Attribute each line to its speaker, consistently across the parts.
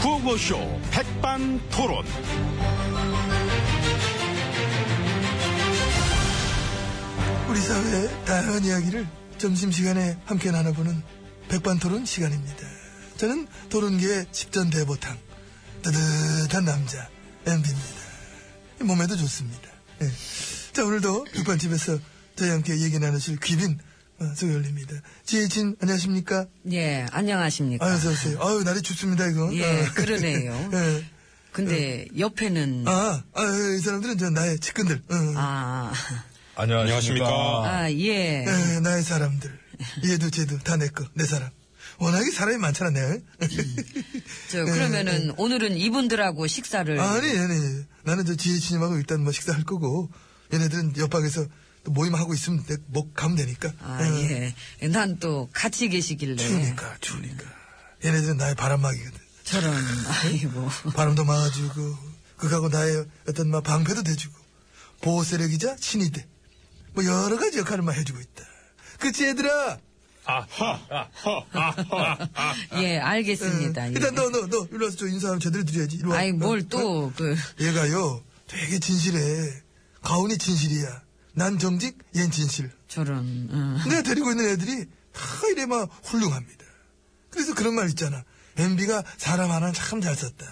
Speaker 1: 구호쇼 백반토론.
Speaker 2: 우리 사회의 다양한 이야기를 점심시간에 함께 나눠보는 백반토론 시간입니다. 저는 토론계의 십전 대보탕, 따뜻한 남자, MB입니다. 몸에도 좋습니다. 예. 자, 오늘도 백반집에서 저희와 함께 얘기 나누실 귀빈 어, 소개올립니다. 지혜진, 안녕하십니까?
Speaker 3: 예, 안녕하십니까.
Speaker 2: 아유, 어서오세요. 아유, 날이 춥습니다, 이거.
Speaker 3: 예,
Speaker 2: 아.
Speaker 3: 그러네요.
Speaker 2: 예.
Speaker 3: 근데 옆에는 아,
Speaker 2: 아, 아, 이 사람들은 저 나의 측근들. 어.
Speaker 4: 아.
Speaker 3: 아,
Speaker 1: 안녕하십니까.
Speaker 3: 예.
Speaker 2: 에, 나의 사람들. 얘도 쟤도 다 내 거, 내 사람. 워낙에 사람이 많잖아, 내가.
Speaker 3: 음. 저 그러면은 오늘은 이분들하고 식사를
Speaker 2: 예, 아니, 아니. 나는 저 지혜진님하고 일단 뭐 식사할 거고, 얘네들은 옆방에서 또 모임하고 있으면 내, 뭐 가면 되니까.
Speaker 3: 아,
Speaker 2: 에,
Speaker 3: 예. 난 또 같이 계시길래
Speaker 2: 추우니까, 추우니까. 얘네들은 나의 바람막이거든.
Speaker 3: 저런 아이고.
Speaker 2: 바람도 막아주고, 그하고 나의 어떤 막 방패도 돼주고, 보호세력이자 신이 돼. 뭐 여러 가지 역할을 막 해주고 있다. 그치, 얘들아?
Speaker 3: 예, 알겠습니다.
Speaker 2: 응.
Speaker 3: 예.
Speaker 2: 일단 너, 너, 너, 일로 와서 저 인사하면 제대로 드려야지. 일로 와.
Speaker 3: 아이
Speaker 2: 어?
Speaker 3: 뭘 또 그
Speaker 2: 얘가요, 되게 진실해. 가훈이 진실이야. 난 정직, 얜 진실.
Speaker 3: 저런 음.
Speaker 2: 내가 데리고 있는 애들이 다 이래 막 훌륭합니다. 그래서 그런 말 있잖아. MB가 사람 하나는 참 잘 썼다.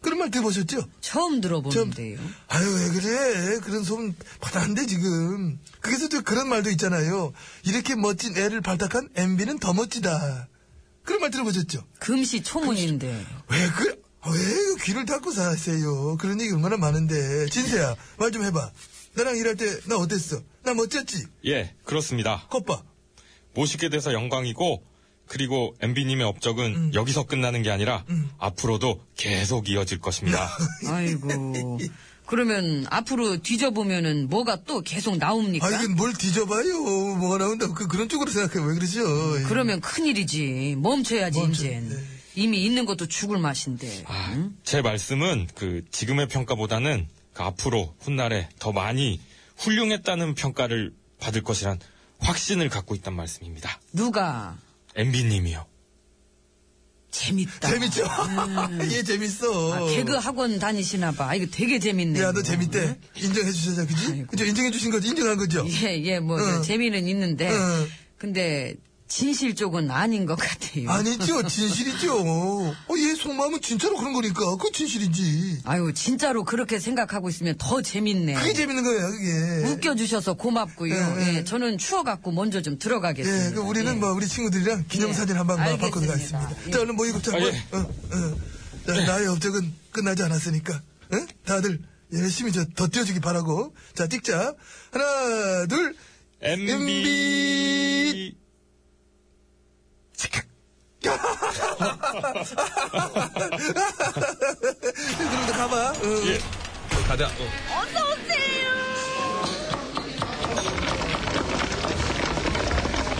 Speaker 2: 그런 말 들어보셨죠?
Speaker 3: 처음
Speaker 2: 좀,
Speaker 3: 들어보는데요.
Speaker 2: 아유, 왜 그래. 그런 소문 받았는데, 지금. 그래서 저 그런 말도 있잖아요. 이렇게 멋진 애를 발탁한 MB는 더 멋지다. 그런 말 들어보셨죠?
Speaker 3: 금시초문인데.
Speaker 2: 왜 그래? 아, 왜 귀를 닫고 사세요? 그런 얘기 얼마나 많은데. 진세야, 말 좀 해봐. 나랑 일할 때 나 어땠어? 나 멋졌지? 아,
Speaker 4: 예, 그렇습니다.
Speaker 2: 컵봐.
Speaker 4: 모시게 돼서 영광이고, 그리고 MB님의 업적은 여기서 끝나는 게 아니라, 앞으로도 계속 이어질 것입니다.
Speaker 3: 아이고. 그러면 앞으로 뒤져보면은 뭐가 또 계속 나옵니까?
Speaker 2: 아, 이건 뭘 뒤져봐요. 뭐가 나온다고. 그, 그런 쪽으로 생각해. 왜 그러죠? 예.
Speaker 3: 그러면 큰일이지. 멈춰야지, 이젠.
Speaker 2: 네.
Speaker 3: 이미 있는 것도 죽을 맛인데.
Speaker 4: 아,
Speaker 3: 응?
Speaker 4: 제 말씀은 그 지금의 평가보다는 그 앞으로 훗날에 더 많이 훌륭했다는 평가를 받을 것이란 확신을 갖고 있단 말씀입니다.
Speaker 3: 누가
Speaker 4: MB님이요.
Speaker 3: 재밌다.
Speaker 2: 재밌죠? 얘 재밌어.
Speaker 3: 음. 아, 개그 학원 다니시나 봐. 이거 되게 재밌네.
Speaker 2: 야, 너
Speaker 3: 이거.
Speaker 2: 재밌대. 인정해 주셔서, 그지?
Speaker 3: 아이고.
Speaker 2: 그죠? 인정해 주신 거지? 인정한 거죠? 어.
Speaker 3: 예, 예, 뭐,
Speaker 2: 응.
Speaker 3: 재미는 있는데.
Speaker 2: 응.
Speaker 3: 근데, 진실 쪽은 아닌 것 같아요.
Speaker 2: 아니죠. 진실이죠. 어, 얘 속마음은 진짜로 그런 거니까. 그거 진실이지.
Speaker 3: 아유, 진짜로 그렇게 생각하고 있으면 더 재밌네.
Speaker 2: 그게 재밌는 거예요, 그게.
Speaker 3: 웃겨주셔서 고맙고요.
Speaker 2: 예, 예.
Speaker 3: 예, 저는 추워갖고 먼저 좀
Speaker 2: 예,
Speaker 3: 들어가겠습니다.
Speaker 2: 그 우리는
Speaker 3: 예.
Speaker 2: 뭐 우리 친구들이랑 기념사진
Speaker 3: 예.
Speaker 2: 한방
Speaker 3: 알겠습니다.
Speaker 2: 바꿔서 가겠습니다.
Speaker 3: 예.
Speaker 2: 자, 얼른 모이고 자,
Speaker 4: 아,
Speaker 2: 뭐,
Speaker 4: 예.
Speaker 2: 어, 어. 자, 나의 업적은 끝나지 않았으니까, 응? 다들 열심히 저더 뛰어주기 바라고. 자, 찍자. 하나, 둘,
Speaker 4: MB!
Speaker 2: 그럼부터 가봐. 어.
Speaker 4: 예. 가자. 어.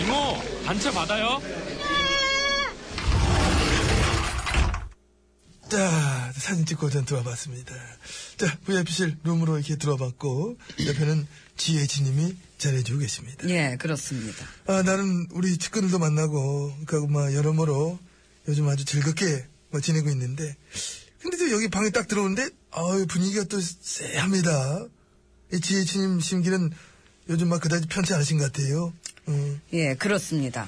Speaker 5: 이모, 단체 받아요.
Speaker 2: 자, 사진 찍고 전 들어와봤습니다. 자, VIP실 룸으로 이렇게 들어와봤고 옆에는 지혜진님이 잘해주고 계십니다.
Speaker 3: 예, 그렇습니다.
Speaker 2: 아, 나는 우리 측근들도 만나고, 그러니까 막 여러모로 요즘 아주 즐겁게 뭐 지내고 있는데, 근데 또 여기 방에 딱 들어오는데, 아유, 분위기가 또 쎄합니다. 이 지혜진님 심기는 요즘 막 그다지 편치 않으신 것 같아요. 음.
Speaker 3: 예, 그렇습니다.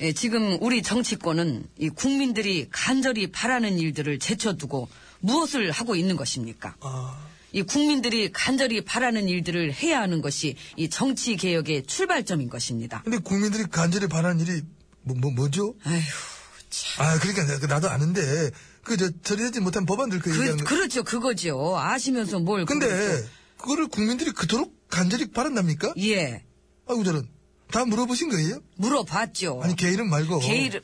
Speaker 3: 예, 지금 우리 정치권은 이 국민들이 간절히 바라는 일들을 제쳐두고 무엇을 하고 있는 것입니까?
Speaker 2: 아,
Speaker 3: 이 국민들이 간절히 바라는 일들을 해야 하는 것이 이 정치 개혁의 출발점인 것입니다.
Speaker 2: 근데 국민들이 간절히 바라는 일이 뭐, 뭐, 뭐죠?
Speaker 3: 아휴,
Speaker 2: 아, 그러니까 나- 나도 아는데, 그, 저, 처리되지 못한 법안들 그
Speaker 3: 그,
Speaker 2: 얘기하는 거.
Speaker 3: 그렇죠, 그거죠. 아시면서 뭘? 그걸
Speaker 2: 근데, 그거를 국민들이 그토록 간절히 바란답니까?
Speaker 3: 또- 예,
Speaker 2: 아이고, 저런. 다 물어보신 거예요?
Speaker 3: 물어봤죠.
Speaker 2: 아니, 뭐. 개 이름 말고.
Speaker 3: 개 이름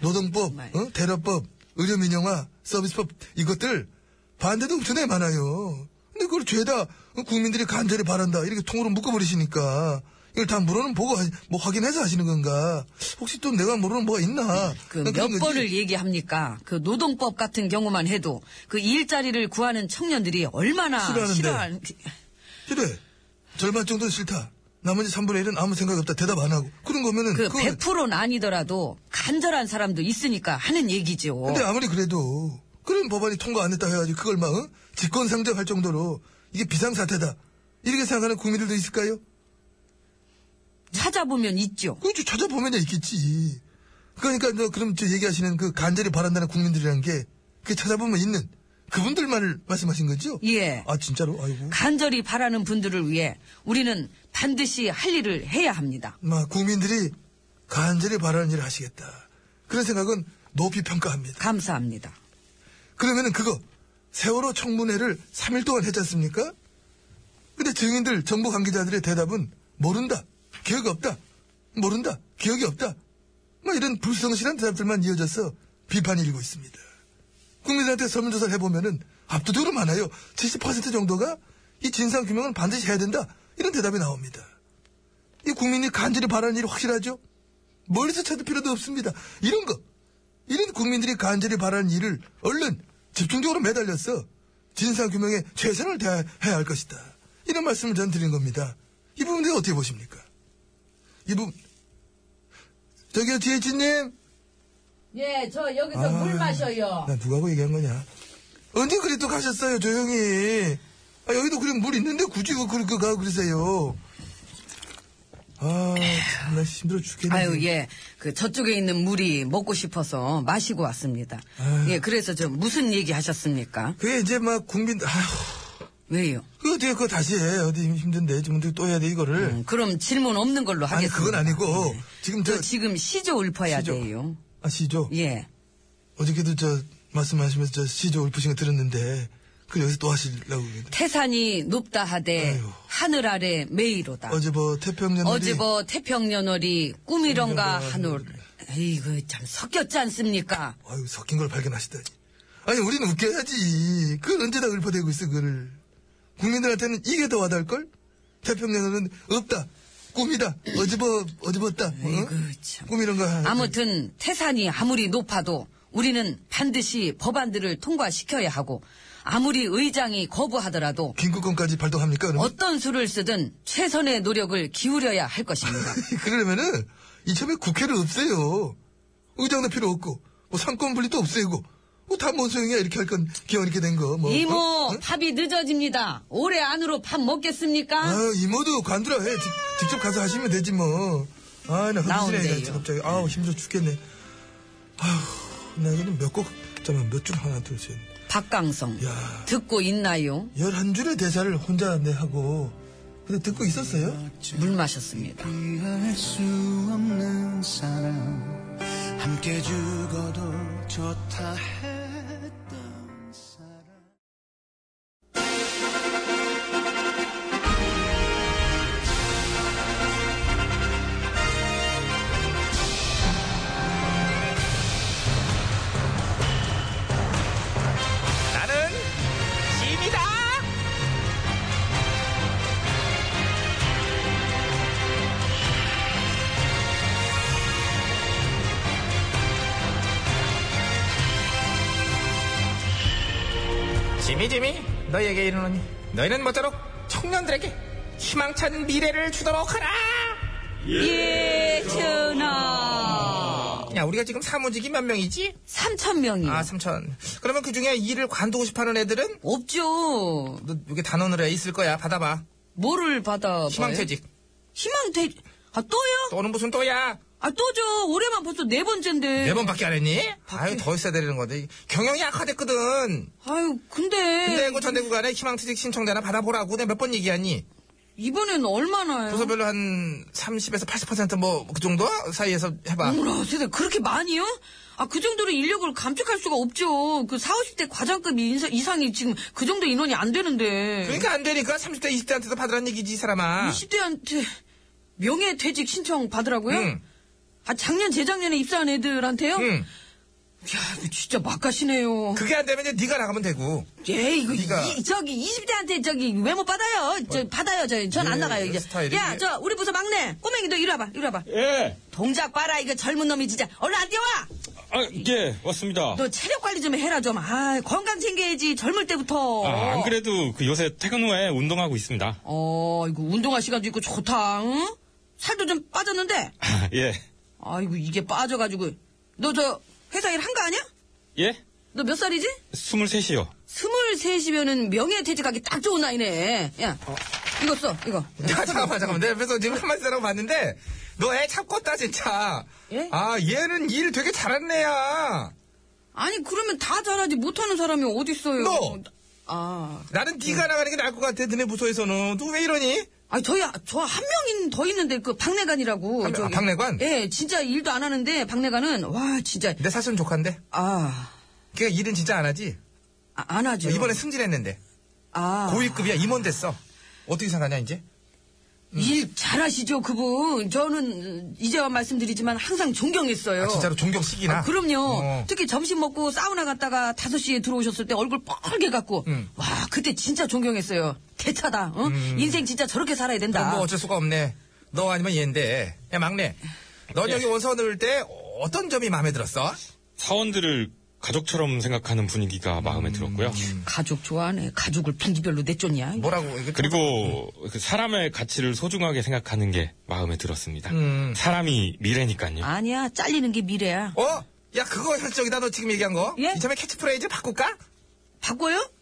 Speaker 2: 노동법,
Speaker 3: 정말.
Speaker 2: 어? 대라법, 의료민영화, 서비스법 이것들 반대도 엄청나게 많아요. 근데 그걸 죄다 국민들이 간절히 바란다 이렇게 통으로 묶어버리시니까 이걸 다 물어는 보고 하- 뭐 확인해서 하시는 건가? 혹시 또 내가 모르는 뭐가 있나?
Speaker 3: 그
Speaker 2: 난
Speaker 3: 몇
Speaker 2: 그런 거지.
Speaker 3: 번을 얘기합니까? 그 노동법 같은 경우만 해도 그 일자리를 구하는 청년들이 얼마나
Speaker 2: 싫어하는데.
Speaker 3: 싫어하는
Speaker 2: 그래 절반 정도는 싫다. 나머지 3분의 1은 아무 생각 없다 대답 안 하고 그런 거면은
Speaker 3: 그
Speaker 2: 그거-
Speaker 3: 100%는 아니더라도 간절한 사람도 있으니까 하는 얘기죠.
Speaker 2: 근데 아무리 그래도 그런 법안이 통과 안 됐다 해가지고 그걸 막 어? 직권상정할 정도로 이게 비상사태다 이렇게 생각하는 국민들도 있을까요?
Speaker 3: 찾아보면 있죠.
Speaker 2: 그좀 찾아보면 있겠지. 그러니까 너 그럼 저 얘기하시는 그 간절히 바란다는 국민들이라는 게 그게 찾아보면 있는 그분들만을 말씀하신 거죠?
Speaker 3: 예.
Speaker 2: 아 진짜로 아이고.
Speaker 3: 간절히 바라는 분들을 위해 우리는 반드시 할 일을 해야 합니다.
Speaker 2: 막 국민들이 간절히 바라는 일을 하시겠다. 그런 생각은 높이 평가합니다.
Speaker 3: 감사합니다.
Speaker 2: 그러면은 그거 세월호 청문회를 3일 동안 했지 않습니까? 근데 증인들 정부 관계자들의 대답은 모른다. 기억이 없다. 모른다. 기억이 없다. 뭐 이런 불성실한 대답들만 이어져서 비판이 일고 있습니다. 국민들한테 설문조사를 해보면은 압도적으로 많아요. 70% 정도가 이 진상규명은 반드시 해야 된다. 이런 대답이 나옵니다. 이 국민이 간절히 바라는 일이 확실하죠? 멀리서 찾을 필요도 없습니다. 이런 거, 이런 국민들이 간절히 바라는 일을 얼른 집중적으로 매달려서 진상규명에 최선을 다해야 할 것이다. 이런 말씀을 전 드린 겁니다. 이 부분에 대해 어떻게 보십니까? 이 부분, 저기요, 지혜진님.
Speaker 5: 예, 저 여기서
Speaker 2: 아,
Speaker 5: 물 마셔요.
Speaker 2: 나 누가고 얘기한 거냐? 언제 그리 또 가셨어요, 조용히. 아, 여기도 그럼 물 있는데 굳이 그, 그, 그, 가, 그러세요. 아, 정말 힘들어 죽겠네.
Speaker 3: 아유, 예. 그 저쪽에 있는 물이 먹고 싶어서 마시고 왔습니다.
Speaker 2: 아유.
Speaker 3: 예, 그래서 저 무슨 얘기 하셨습니까?
Speaker 2: 그게 이제 막 국민, 아휴,
Speaker 3: 왜요?
Speaker 2: 그거 어떻게 그거 다시 해. 어디 힘든데. 지금 어떻게 또 해야 돼, 이거를.
Speaker 3: 음, 그럼 질문 없는 걸로
Speaker 2: 아니,
Speaker 3: 하겠습니다.
Speaker 2: 그건 아니고. 지금 저,
Speaker 3: 저 지금 시조 읊어야
Speaker 2: 시조.
Speaker 3: 돼요.
Speaker 2: 아시죠?
Speaker 3: 예.
Speaker 2: 어저께도 저, 말씀하시면서 저 시조 울프신 거 들었는데, 그 여기서 또 하시려고 그러는데.
Speaker 3: 태산이 높다 하되
Speaker 2: 아유.
Speaker 3: 하늘 아래 메이로다.
Speaker 2: 어제 뭐 태평양.
Speaker 3: 어제버 태평연월이 꿈이런가
Speaker 2: 꿈이런가
Speaker 3: 한올. 이거 참 섞였지 않습니까?
Speaker 2: 아유, 섞인 걸 발견하시다니. 아니, 우리는 웃겨야지. 그걸 언제 다 읊어대고 있어, 그거를. 국민들한테는 이게 더 와닿을걸? 태평양은 없다. 꿈이다. 어집어, 어집었다. 어?
Speaker 3: 아이고, 참.
Speaker 2: 꿈 이런 거.
Speaker 3: 아무튼 태산이 아무리 높아도 우리는 반드시 법안들을 통과시켜야 하고 아무리 의장이 거부하더라도
Speaker 2: 긴급권까지 발동합니까, 그러면?
Speaker 3: 어떤 수를 쓰든 최선의 노력을 기울여야 할 것입니다.
Speaker 2: 그러려면은, 이참에 국회를 없애요. 의장도 필요 없고, 뭐 상권 분리도 없애고, 뭐 다 뭔 소용이야, 이렇게 할 건, 기왕 이렇게 된 거, 뭐.
Speaker 3: 이모
Speaker 2: 어? 어?
Speaker 3: 밥이 늦어집니다. 올해 안으로 밥 먹겠습니까?
Speaker 2: 아유, 이모도 관두라 해. 직, 직접 가서 하시면 되지, 뭐. 아, 나
Speaker 3: 나온대요.
Speaker 2: 흡수해, 갑자기. 아우, 힘들어 죽겠네. 아휴, 나 이거는 몇 곡, 잠깐만, 몇 줄 하나, 둘, 셋.
Speaker 3: 박강성
Speaker 2: 야.
Speaker 3: 듣고 있나요?
Speaker 2: 열한 줄의 대사를 혼자 내 하고, 근데 듣고 있었어요?
Speaker 3: 물 마셨습니다.
Speaker 6: 이해할 수 없는 사람 함께 죽어도 좋다 했던 사람
Speaker 7: 나는 짐이다. 짐이 짐이 너희에게 이르노니 너희는 모쪼록 청년들에게 희망찬 미래를 주도록 하라.
Speaker 3: 예, 전하.
Speaker 7: 야 우리가 지금 사무직이 몇 명이지?
Speaker 3: 3천 명이요.
Speaker 7: 아 3천. 그러면 그 중에 일을 관두고 싶어하는 애들은
Speaker 3: 없죠.
Speaker 7: 너 이게 단원으로 해 있을 거야. 받아봐.
Speaker 3: 뭐를 받아?
Speaker 7: 희망퇴직.
Speaker 3: 희망퇴. 아 또요?
Speaker 7: 또는 무슨 또야?
Speaker 3: 아 또죠. 올해만 벌써 네 번째인데.
Speaker 7: 네 번밖에 안 했니? 아유 더 있어야 되는 건데 경영이 악화됐거든.
Speaker 3: 아유 근데.
Speaker 7: 근데 그 전대 구간에 희망퇴직 신청자나 받아보라고 내가 몇 번 얘기하니?
Speaker 3: 이번엔 얼마나요?
Speaker 7: 부서별로 한 30에서 80%뭐 그 정도 사이에서 해봐.
Speaker 3: 어머나 세상에 그렇게 많이요? 아 그 정도로 인력을 감축할 수가 없죠. 그 4, 50대 과장급 인사, 이상이 지금 그 정도 인원이 안 되는데.
Speaker 7: 그러니까 안 되니까 30대 20대한테도 받으란 얘기지 이 사람아.
Speaker 3: 20대한테 명예퇴직 신청 받으라고요?
Speaker 7: 응.
Speaker 3: 아 작년 재작년에 입사한 애들한테요?
Speaker 7: 응.
Speaker 3: 야 이거 진짜 막가시네요.
Speaker 7: 음. 그게 그러니까 안 되면 이제 네가 나가면 되고.
Speaker 3: 예, 이거
Speaker 7: 네가-
Speaker 3: 이, 저기 20대한테 저기 외모 받아요. 저 받아요. 저 전 안
Speaker 7: 예,
Speaker 3: 나가요 이제.
Speaker 7: 스타일이-
Speaker 3: 야, 저 우리 부서 막내 꼬맹이 너 이리 와봐, 이리 와봐.
Speaker 4: 예.
Speaker 3: 동작 봐라 이거 젊은 놈이 진짜 얼른 안 뛰어와.
Speaker 4: 아, 예,
Speaker 7: 어.
Speaker 4: 왔습니다.
Speaker 3: 너 체력 관리 좀 해라 좀. 아 건강 챙겨야지 젊을 때부터.
Speaker 4: 아, 안 그래도 그 요새 퇴근 후에 운동하고 있습니다.
Speaker 3: 어, 이거 운동할 시간도 있고 좋다. 응? 살도 좀 빠졌는데.
Speaker 4: 예.
Speaker 3: 아이고 이게 빠져가지고 너 저 회사 일 한 거 아니야?
Speaker 4: 예?
Speaker 3: 너 몇 살이지?
Speaker 4: 23이요.
Speaker 3: 스물셋이면은 명예퇴직하기 딱 좋은 나이네. 야,
Speaker 2: 어.
Speaker 3: 이거 써, 이거.
Speaker 2: 야, 아, 잠깐만, 잠깐만. 내 옆에서 지금 한마디 하라고 봤는데, 너 애 참고다, 진짜.
Speaker 3: 예?
Speaker 2: 아, 얘는 일 되게 잘하는 애야.
Speaker 3: 아니, 그러면 다 잘하지 못하는 사람이 어딨어요.
Speaker 2: 너!
Speaker 3: 아,
Speaker 2: 나는 네가 나가는 게 나을 것 같아, 너네 부서에서는. 너 왜 이러니?
Speaker 3: 아니, 저희, 저 한 명인 더 있는데, 그, 박내관이라고.
Speaker 2: 한 명, 아, 박내관?
Speaker 3: 예, 진짜 일도 안 하는데, 박내관은, 와, 진짜,
Speaker 2: 내 사실은 조카인데?
Speaker 3: 아,
Speaker 2: 걔가 일은 진짜 안 하지?
Speaker 3: 아, 안 하죠.
Speaker 2: 이번에 승진했는데.
Speaker 3: 아,
Speaker 2: 고위급이야, 임원 됐어. 어떻게 생각하냐, 이제?
Speaker 3: 일 잘하시죠, 그분. 저는, 이제와 말씀드리지만, 항상 존경했어요.
Speaker 2: 아, 진짜로 존경식이나.
Speaker 3: 그럼요.
Speaker 2: 어.
Speaker 3: 특히 점심 먹고 사우나 갔다가 5시에 들어오셨을 때 얼굴 뻘게 갖고
Speaker 2: 음.
Speaker 3: 와 그때 진짜 존경했어요. 대차다. 어? 인생 진짜 저렇게 살아야 된다.
Speaker 2: 그럼 뭐 어쩔 수가 없네. 너 아니면 얘인데. 야, 막내.
Speaker 3: 예.
Speaker 2: 넌 여기 원서 넣을 때 어떤 점이 마음에 들었어?
Speaker 4: 사원들을 가족처럼 생각하는 분위기가 마음에 들었고요.
Speaker 3: 가족 좋아하네. 가족을 분기별로 내쫓냐.
Speaker 2: 뭐라고? 이거
Speaker 4: 그리고 그 사람의 가치를 소중하게 생각하는 게 마음에 들었습니다.
Speaker 2: 음.
Speaker 4: 사람이 미래니까요.
Speaker 3: 아니야. 잘리는 게 미래야.
Speaker 2: 어? 야, 그거 현실적이다, 너 지금 얘기한 거.
Speaker 3: 예?
Speaker 2: 이참에 캐치프레이즈 바꿀까?
Speaker 3: 바꿔요?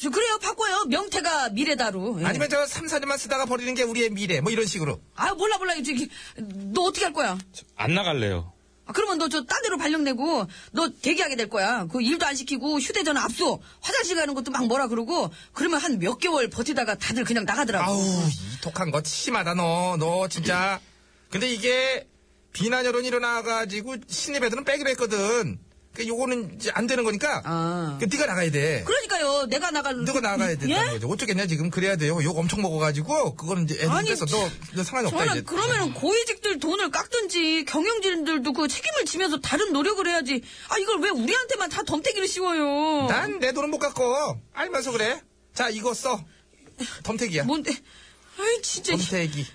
Speaker 3: 저- 그래요. 바꿔요. 명태가 미래다로. 예.
Speaker 2: 음. 아니면 저 3, 4년만 쓰다가 버리는 게 우리의 미래. 뭐 이런 식으로.
Speaker 3: 아 몰라 몰라. 저기 너 어떻게 할 거야?
Speaker 4: 안 나갈래요.
Speaker 3: 아, 그러면 너 저 딴 데로 발령내고 너 대기하게 될 거야. 그 일도 안 시키고 휴대전화 압수, 화장실 가는 것도 막 뭐라 그러고 그러면 한 몇 개월 버티다가 다들 그냥 나가더라고.
Speaker 2: 아우, 이 독한 거 심하다, 너. 너 진짜. 근데 이게 비난 여론이 일어나가지고 신입 애들은 빼기로 했거든. 그 요거는 이제 안 되는 거니까.
Speaker 3: 아.
Speaker 2: 그 네가 나가야 돼.
Speaker 3: 그러니까요. 내가 나갈
Speaker 2: 누가 나가야 된다는
Speaker 3: 예?
Speaker 2: 거죠. 어쩌겠냐 지금 그래야 돼요. 욕 엄청 먹어가지고 그거는 이제 애들
Speaker 3: 아니,
Speaker 2: 뺏어. 너, 너 상관이 없다 이제. 네.
Speaker 3: 저는 그러면은 고위직들 돈을 깎든지 경영진들도 그 책임을 지면서 다른 노력을 해야지. 아 이걸 왜 우리한테만 다 덤태기를 씌워요?
Speaker 2: 난 내 돈은 못 갖고 알면서 그래. 자 이거 써. 덤태기야.
Speaker 3: 뭔데? 아이 진짜
Speaker 2: 덤태기.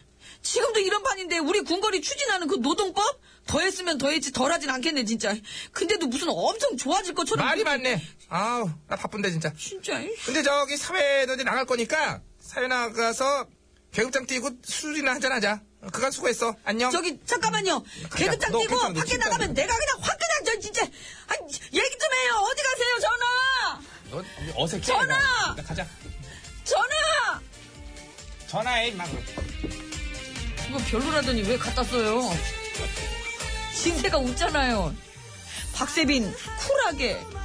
Speaker 3: 지금도 이런 판인데 우리 군거리 추진하는 그 노동법 더했으면 더했지 덜하진 않겠네 진짜. 근데도 무슨 엄청 좋아질 것처럼
Speaker 2: 말이 많네. 아우 나 바쁜데 진짜.
Speaker 3: 진짜.
Speaker 2: 근데 저기 사회도 이제 나갈 거니까 사회 나가서 계급장 뛰고 술이나 한잔 하자. 그간 수고했어. 안녕.
Speaker 3: 저기 잠깐만요. 개그장
Speaker 2: 너
Speaker 3: 뛰고
Speaker 2: 음, 괜찮아, 너
Speaker 3: 밖에
Speaker 2: 진짜
Speaker 3: 나가면 내가 그냥 확 그냥 저 진짜 아 얘기 좀 해요. 어디 가세요 전화?
Speaker 2: 너 어색해.
Speaker 3: 전화!
Speaker 2: 나 가자.
Speaker 3: 전화.
Speaker 2: 전화해 막.
Speaker 3: 이거 별로라더니 왜 갖다 써요? 신세가 웃잖아요. 박세빈 쿨하게